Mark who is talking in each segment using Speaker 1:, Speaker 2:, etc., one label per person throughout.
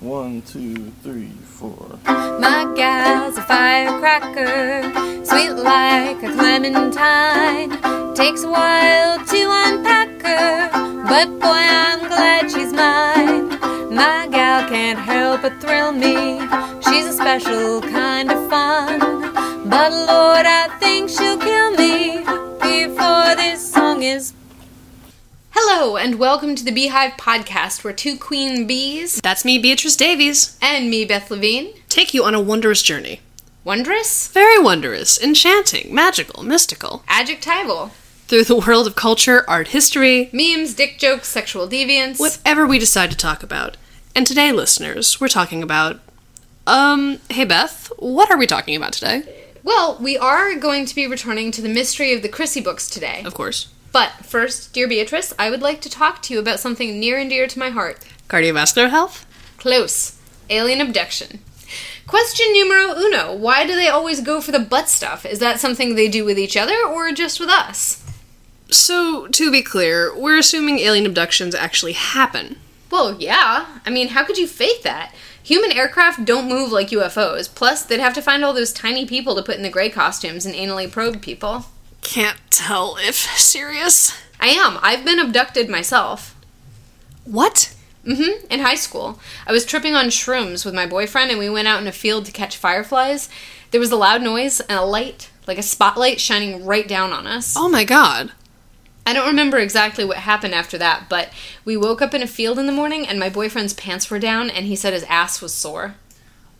Speaker 1: One, two, three, four.
Speaker 2: My gal's a firecracker, sweet like a clementine. Takes a while to unpack her, but boy, I'm glad she's mine. My gal can't help but thrill me, she's a special kind of fun. But Lord, I think she'll kill me before this song is.
Speaker 3: Hello, and welcome to the Beehive Podcast, where two queen bees
Speaker 4: That's me, Beatrice Davies.
Speaker 3: and me, Beth Levine,
Speaker 4: Take you on a wondrous journey.
Speaker 3: wondrous,
Speaker 4: Very wondrous, enchanting, magical, mystical.
Speaker 3: adjectival,
Speaker 4: Through the world of culture, art history,
Speaker 3: memes, dick jokes, sexual deviance,
Speaker 4: whatever we decide to talk about. And today, listeners, we're talking about. Um, hey Beth, what are we talking about today?
Speaker 3: Well, we are going to be returning to the mystery of the Chrissy books today.
Speaker 4: Of course,
Speaker 3: But first, dear Beatrice, I would like to talk to you about something near and dear to my heart.
Speaker 4: cardiovascular health?
Speaker 3: Close. Alien abduction. Question numero uno. Why do they always go for the butt stuff? Is that something they do with each other or just with us?
Speaker 4: So, to be clear, we're assuming alien abductions actually happen.
Speaker 3: Well, yeah. I mean, how could you fake that? Human aircraft don't move like UFOs. Plus, they'd have to find all those tiny people to put in the gray costumes and anally probe people.
Speaker 4: Can't tell if serious.
Speaker 3: I am. I've been abducted myself.
Speaker 4: What?
Speaker 3: hmm In high school, I was tripping on shrooms with my boyfriend, and we went out in a field to catch fireflies. There was a loud noise and a light, like a spotlight, shining right down on us.
Speaker 4: Oh my god.
Speaker 3: I don't remember exactly what happened after that, but we woke up in a field in the morning, and my boyfriend's pants were down, and he said his ass was sore.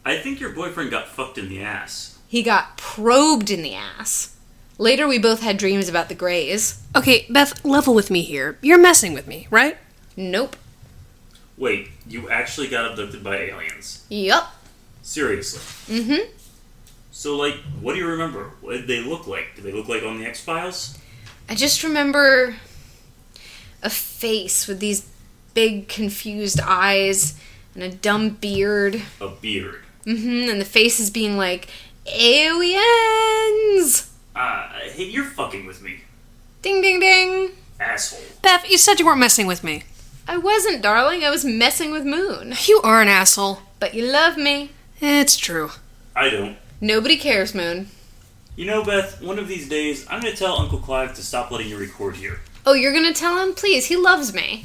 Speaker 5: I think your boyfriend got fucked in the ass.
Speaker 3: He got probed in the ass. Later, we both had dreams about the Greys.
Speaker 4: Okay, Beth, level with me here. You're messing with me, right?
Speaker 3: Nope.
Speaker 5: Wait, you actually got abducted by aliens?
Speaker 3: Yup.
Speaker 5: Seriously?
Speaker 3: Mm hmm.
Speaker 5: So, like, what do you remember? What did they look like? Did they look like on the X Files?
Speaker 3: I just remember a face with these big confused eyes and a dumb beard.
Speaker 5: A beard.
Speaker 3: hmm And the face is being like, aliens!
Speaker 5: Ah, hey, you're fucking with me,
Speaker 3: Ding ding ding!
Speaker 5: asshole.
Speaker 4: Beth, you said you weren't messing with me.
Speaker 3: I wasn't, darling. I was messing with Moon.
Speaker 4: You are an asshole.
Speaker 3: But you love me.
Speaker 4: It's true.
Speaker 5: I don't.
Speaker 3: Nobody cares, Moon.
Speaker 5: You know, Beth, one of these days, I'm gonna tell Uncle Clive to stop letting you record here.
Speaker 3: Oh, you're gonna tell him? Please, he loves me.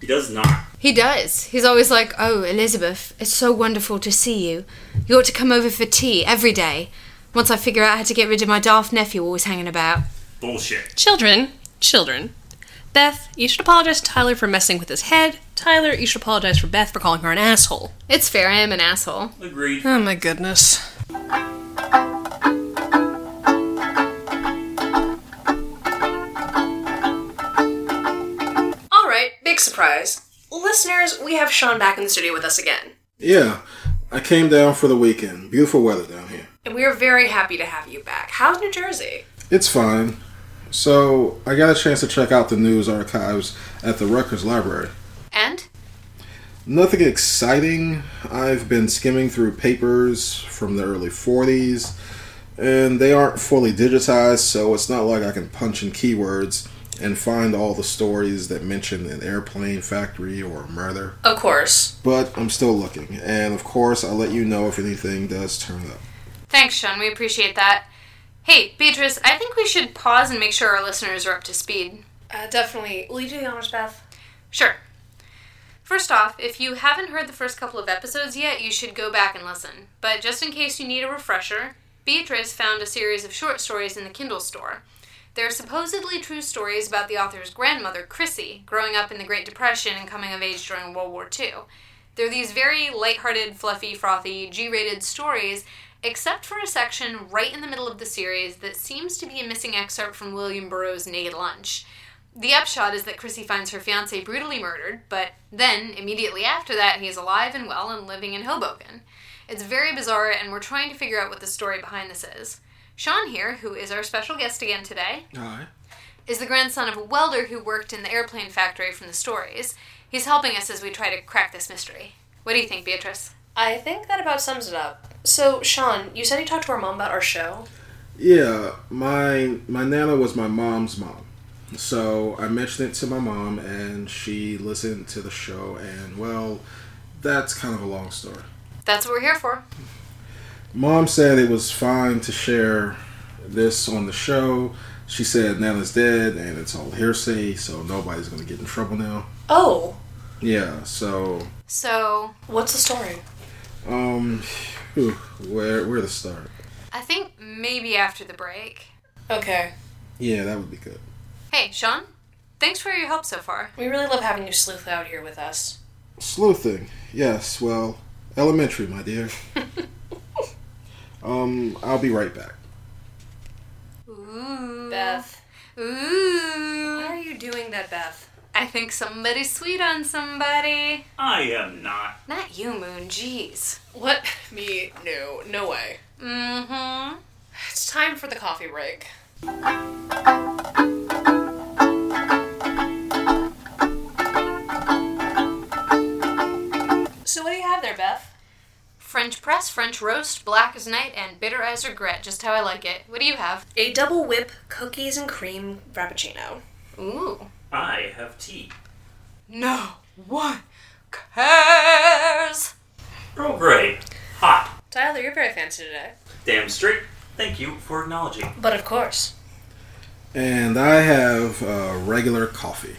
Speaker 5: He does not.
Speaker 3: He does. He's always like, Oh, Elizabeth, it's so wonderful to see you. You ought to come over for tea every day. Once I figure out how to get rid of my daft nephew always hanging about.
Speaker 5: Bullshit.
Speaker 4: Children, children. Beth, you should apologize to Tyler for messing with his head. Tyler, you should apologize for Beth for calling her an asshole.
Speaker 3: It's fair, I am an asshole.
Speaker 5: Agreed.
Speaker 4: Oh my goodness. All right, big surprise. Listeners, we have Sean back in the studio with us again.
Speaker 6: Yeah, I came down for the weekend. Beautiful weather down here.
Speaker 4: And we are very happy to have you back. How's New Jersey?
Speaker 6: It's fine. So, I got a chance to check out the news archives at the Rutgers Library.
Speaker 3: And?
Speaker 6: Nothing exciting. I've been skimming through papers from the early 40s, and they aren't fully digitized, so it's not like I can punch in keywords and find all the stories that mention an airplane factory or murder.
Speaker 4: Of course.
Speaker 6: But I'm still looking, and of course, I'll let you know if anything does turn up.
Speaker 3: Thanks, Sean, we appreciate that. Hey, Beatrice, I think we should pause and make sure our listeners are up to speed.
Speaker 4: Uh, definitely. Will you do the honors, Beth?
Speaker 3: Sure. First off, if you haven't heard the first couple of episodes yet, you should go back and listen. But just in case you need a refresher, Beatrice found a series of short stories in the Kindle store. They're supposedly true stories about the author's grandmother, Chrissy, growing up in the Great Depression and coming of age during World War II. They're these very lighthearted, fluffy, frothy, G rated stories, except for a section right in the middle of the series that seems to be a missing excerpt from William Burroughs' Naked Lunch. The upshot is that Chrissy finds her fiance brutally murdered, but then, immediately after that, he is alive and well and living in Hoboken. It's very bizarre, and we're trying to figure out what the story behind this is. Sean here, who is our special guest again today,
Speaker 6: Alright.
Speaker 3: is the grandson of a welder who worked in the airplane factory from the stories. He's helping us as we try to crack this mystery. What do you think, Beatrice?
Speaker 4: I think that about sums it up. So, Sean, you said you talked to our mom about our show.
Speaker 6: Yeah, my my nana was my mom's mom. So I mentioned it to my mom and she listened to the show and well, that's kind of a long story.
Speaker 3: That's what we're here for.
Speaker 6: Mom said it was fine to share this on the show. She said Nana's dead and it's all hearsay, so nobody's going to get in trouble now.
Speaker 4: Oh,
Speaker 6: Yeah, so
Speaker 3: So
Speaker 4: what's the story?
Speaker 6: um whew, where where to start?
Speaker 3: I think maybe after the break.
Speaker 4: Okay,
Speaker 6: Yeah, that would be good.
Speaker 3: Hey, Sean, thanks for your help so far.
Speaker 4: we really love having you sleuth out here with us.
Speaker 6: Sleuthing. Yes, well, elementary, my dear. um I'll be right back.
Speaker 3: Ooh.
Speaker 4: Beth, why
Speaker 3: Ooh.
Speaker 4: are you doing that, Beth?
Speaker 3: I think somebody's sweet on somebody.
Speaker 5: I am not.
Speaker 3: Not you, Moon. Jeez.
Speaker 4: What? Me? No, no way.
Speaker 3: Mm-hmm.
Speaker 4: It's time for the coffee break. So what do you have there, Beth?
Speaker 3: French press, French roast, black as night, and bitter as regret. Just how I like it. What do you have?
Speaker 4: A double whip cookies and cream frappuccino.
Speaker 3: Ooh.
Speaker 5: I have tea.
Speaker 3: No one cares.
Speaker 5: Earl Grey. Hot.
Speaker 4: Tyler, you're very fancy today.
Speaker 5: Damn straight. Thank you for acknowledging.
Speaker 4: But of course.
Speaker 6: And I have uh, regular coffee.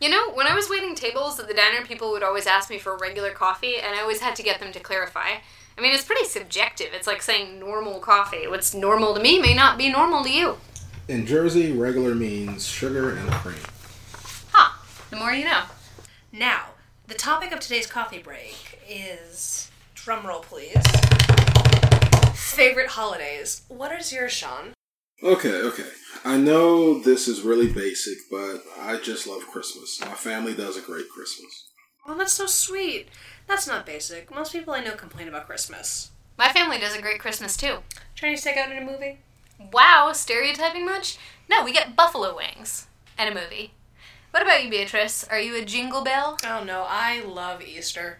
Speaker 3: You know, when I was waiting tables at the diner, people would always ask me for regular coffee, and I always had to get them to clarify. I mean, it's pretty subjective. It's like saying normal coffee. What's normal to me may not be normal to you.
Speaker 6: In Jersey, regular means sugar and cream.
Speaker 3: Huh. The more you know.
Speaker 4: Now, the topic of today's coffee break is drumroll please. Favorite holidays. What is yours, Sean?
Speaker 6: Okay, okay. I know this is really basic, but I just love Christmas. My family does a great Christmas.
Speaker 4: Oh, that's so sweet. That's not basic. Most people I know complain about Christmas.
Speaker 3: My family does a great Christmas, too.
Speaker 4: Chinese takeout in a movie?
Speaker 3: Wow, stereotyping much? No, we get buffalo wings and a movie. What about you, Beatrice? Are you a jingle bell?
Speaker 4: Oh no, I love Easter.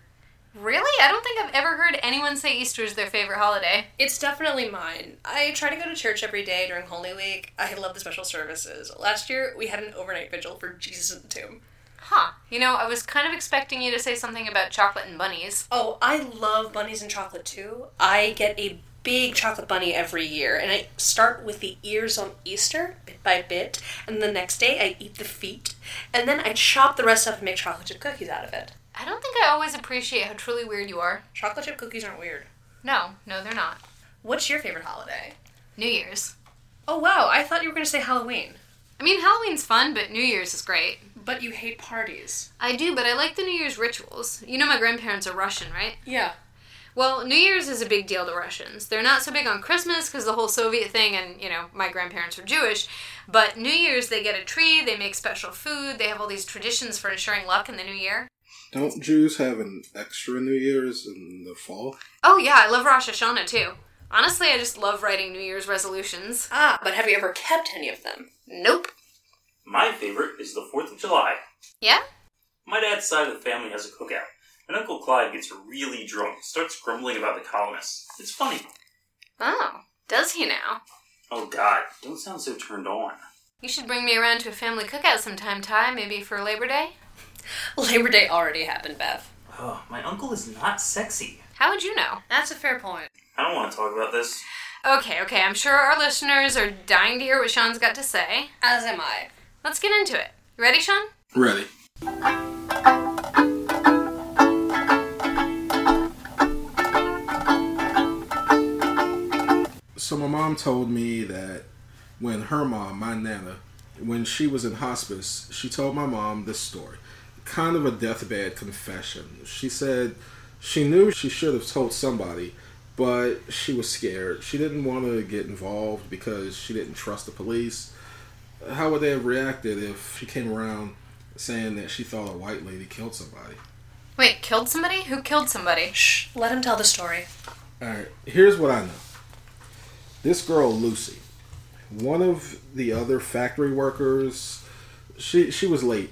Speaker 3: Really? I don't think I've ever heard anyone say Easter is their favorite holiday.
Speaker 4: It's definitely mine. I try to go to church every day during Holy Week. I love the special services. Last year, we had an overnight vigil for Jesus in the tomb.
Speaker 3: Huh. You know, I was kind of expecting you to say something about chocolate and bunnies.
Speaker 4: Oh, I love bunnies and chocolate too. I get a big chocolate bunny every year, and I start with the ears on Easter, bit by bit, and the next day I eat the feet, and then I chop the rest up and make chocolate chip cookies out of it.
Speaker 3: I don't think I always appreciate how truly weird you are.
Speaker 4: Chocolate chip cookies aren't weird.
Speaker 3: No, no, they're not.
Speaker 4: What's your favorite holiday?
Speaker 3: New Year's.
Speaker 4: Oh wow, I thought you were gonna say Halloween.
Speaker 3: I mean, Halloween's fun, but New Year's is great.
Speaker 4: But you hate parties.
Speaker 3: I do, but I like the New Year's rituals. You know, my grandparents are Russian, right?
Speaker 4: Yeah.
Speaker 3: Well, New Year's is a big deal to Russians. They're not so big on Christmas because the whole Soviet thing, and you know, my grandparents are Jewish. But New Year's, they get a tree, they make special food, they have all these traditions for ensuring luck in the new year.
Speaker 6: Don't Jews have an extra New Year's in the fall?
Speaker 3: Oh, yeah, I love Rosh Hashanah too. Honestly, I just love writing New Year's resolutions.
Speaker 4: Ah, but have you ever kept any of them?
Speaker 3: Nope.
Speaker 5: My favorite is the 4th of July.
Speaker 3: Yeah?
Speaker 5: My dad's side of the family has a cookout, and Uncle Clyde gets really drunk and starts grumbling about the colonists. It's funny.
Speaker 3: Oh, does he now?
Speaker 5: Oh god, don't sound so turned on.
Speaker 3: You should bring me around to a family cookout sometime, Ty, maybe for Labor Day?
Speaker 4: Labor Day already happened, Beth.
Speaker 5: Oh, my uncle is not sexy.
Speaker 3: How would you know?
Speaker 4: That's a fair point.
Speaker 5: I don't want to talk about this.
Speaker 3: Okay, okay, I'm sure our listeners are dying to hear what Sean's got to say.
Speaker 4: As am I.
Speaker 3: Let's get into it. You ready, Sean?
Speaker 6: Ready. So my mom told me that when her mom, my nana, when she was in hospice, she told my mom this story. Kind of a deathbed confession. She said she knew she should have told somebody, but she was scared. She didn't want to get involved because she didn't trust the police how would they have reacted if she came around saying that she thought a white lady killed somebody?
Speaker 3: Wait, killed somebody? Who killed somebody?
Speaker 4: Shh, let him tell the story.
Speaker 6: All right, here's what I know. This girl Lucy, one of the other factory workers, she she was late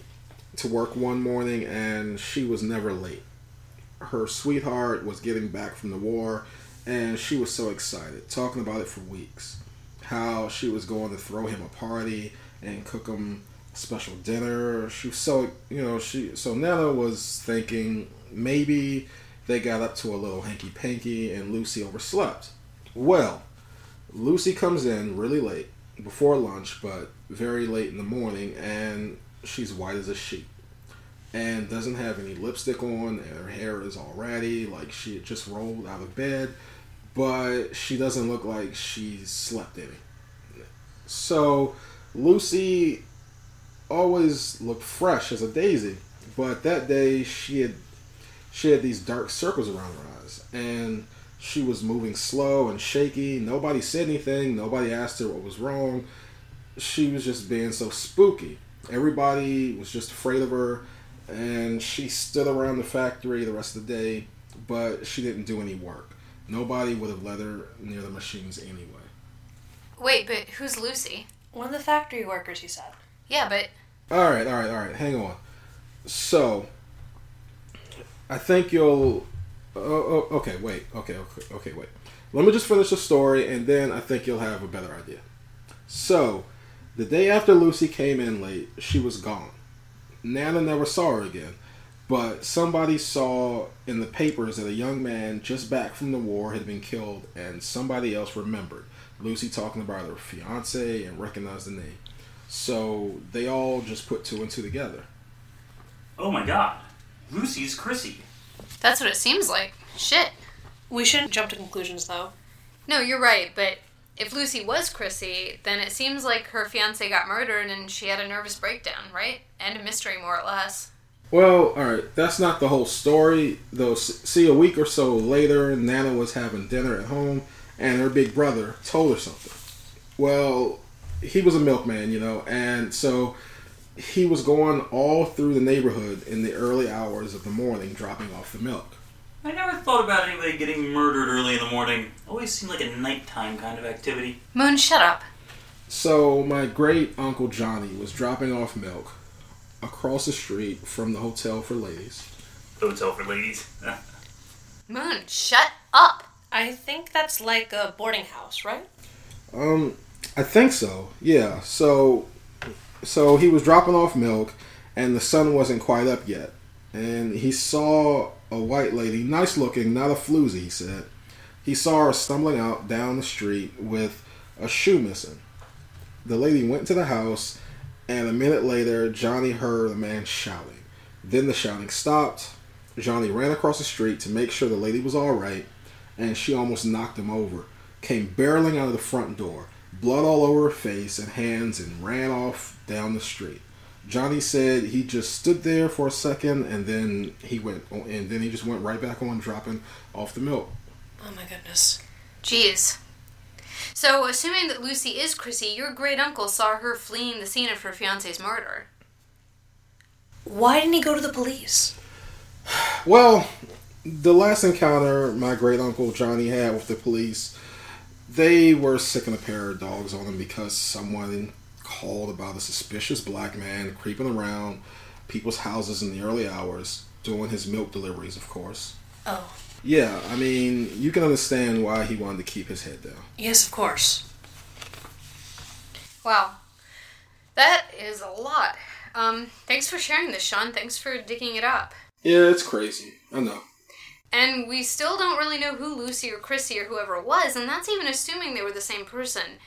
Speaker 6: to work one morning and she was never late. Her sweetheart was getting back from the war and she was so excited, talking about it for weeks. How she was going to throw him a party and cook him a special dinner. She was so, you know, she so Nana was thinking maybe they got up to a little hanky panky and Lucy overslept. Well, Lucy comes in really late, before lunch, but very late in the morning, and she's white as a sheet. And doesn't have any lipstick on, and her hair is all ratty, like she had just rolled out of bed, but she doesn't look like she slept any. So, Lucy always looked fresh as a daisy, but that day she had she had these dark circles around her eyes, and she was moving slow and shaky. Nobody said anything. Nobody asked her what was wrong. She was just being so spooky. Everybody was just afraid of her, and she stood around the factory the rest of the day, but she didn't do any work. Nobody would have let her near the machines anyway.
Speaker 3: Wait, but who's Lucy?
Speaker 4: One of the factory workers, you said.
Speaker 3: Yeah, but
Speaker 6: All right, all right, all right. Hang on. So, I think you'll. Oh, oh, okay, wait. Okay, okay, okay, wait. Let me just finish the story, and then I think you'll have a better idea. So, the day after Lucy came in late, she was gone. Nana never saw her again, but somebody saw in the papers that a young man just back from the war had been killed, and somebody else remembered Lucy talking about her fiance and recognized the name. So they all just put two and two together.
Speaker 5: Oh my god, Lucy's Chrissy.
Speaker 3: that's what it seems like. Shit.
Speaker 4: We shouldn't jump to conclusions, though.
Speaker 3: No, you're right, but if Lucy was Chrissy, then it seems like her fiance got murdered and she had a nervous breakdown, right? And a mystery, more or less.
Speaker 6: Well, all right, that's not the whole story. Though, s- see, a week or so later, Nana was having dinner at home, and her big brother told her something. Well, he was a milkman, you know, and so he was going all through the neighborhood in the early hours of the morning, dropping off the milk.
Speaker 5: I never thought about anybody getting murdered early in the morning. Always seemed like a nighttime kind of activity.
Speaker 3: Moon, shut up.
Speaker 6: So my great uncle Johnny was dropping off milk across the street from the hotel for ladies.
Speaker 5: Hotel for ladies.
Speaker 3: Moon, shut up.
Speaker 4: I think that's like a boarding house, right?
Speaker 6: Um, I think so. Yeah. So, so he was dropping off milk, and the sun wasn't quite up yet, and he saw a white lady, nice looking, not a floozy. He said he saw her stumbling out down the street with a shoe missing. The lady went to the house, and a minute later, Johnny heard a man shouting. Then the shouting stopped. Johnny ran across the street to make sure the lady was all right, and she almost knocked him over. Came barreling out of the front door, blood all over her face and hands, and ran off down the street. Johnny said he just stood there for a second, and then he went, and then he just went right back on dropping off the milk.
Speaker 4: Oh my goodness.
Speaker 3: Jeez. So, assuming that Lucy is Chrissy, your great uncle saw her fleeing the scene of her fiance's murder.
Speaker 4: Why didn't he go to the police?
Speaker 6: Well, the last encounter my great uncle Johnny had with the police, they were sicking a pair of dogs on him because someone called about a suspicious black man creeping around people's houses in the early hours, doing his milk deliveries, of course.
Speaker 4: Oh.
Speaker 6: Yeah, I mean, you can understand why he wanted to keep his head down.
Speaker 4: Yes, of course.
Speaker 3: Wow. That is a lot. Um, thanks for sharing this, Sean. Thanks for digging it up.
Speaker 6: Yeah, it's crazy. I know.
Speaker 3: And we still don't really know who Lucy or Chrissy or whoever it was, and that's even assuming they were the same person.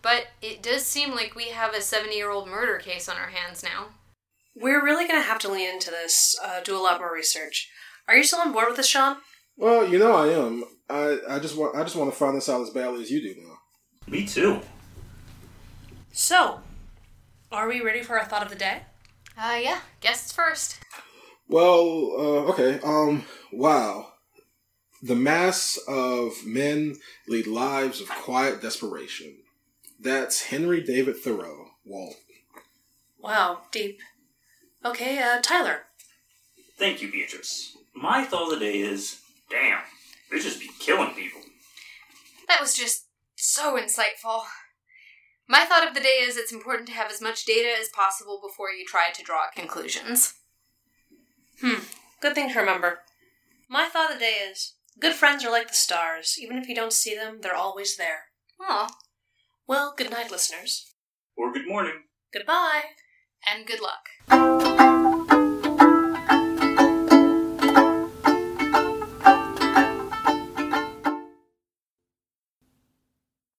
Speaker 3: But it does seem like we have a 70 year old murder case on our hands now.
Speaker 4: We're really going to have to lean into this, uh, do a lot more research. Are you still on board with this, Sean?
Speaker 6: Well, you know I am. I, I just want I just want to find this out as badly as you do now.
Speaker 5: Me too.
Speaker 4: So, are we ready for our thought of the day?
Speaker 3: Uh, yeah, guests first.
Speaker 6: Well, uh, okay. Um, wow. The mass of men lead lives of quiet desperation. That's Henry David Thoreau. Walt.
Speaker 4: Wow, deep. Okay, uh, Tyler.
Speaker 5: Thank you, Beatrice. My thought of the day is damn, they just be killing people.
Speaker 3: That was just so insightful. My thought of the day is it's important to have as much data as possible before you try to draw conclusions.
Speaker 4: Hmm, Good thing to remember. My thought of the day is good friends are like the stars. Even if you don't see them, they're always there.
Speaker 3: Aw,
Speaker 4: Well, good night, listeners.
Speaker 5: Or good morning.
Speaker 4: Goodbye.
Speaker 3: and good luck.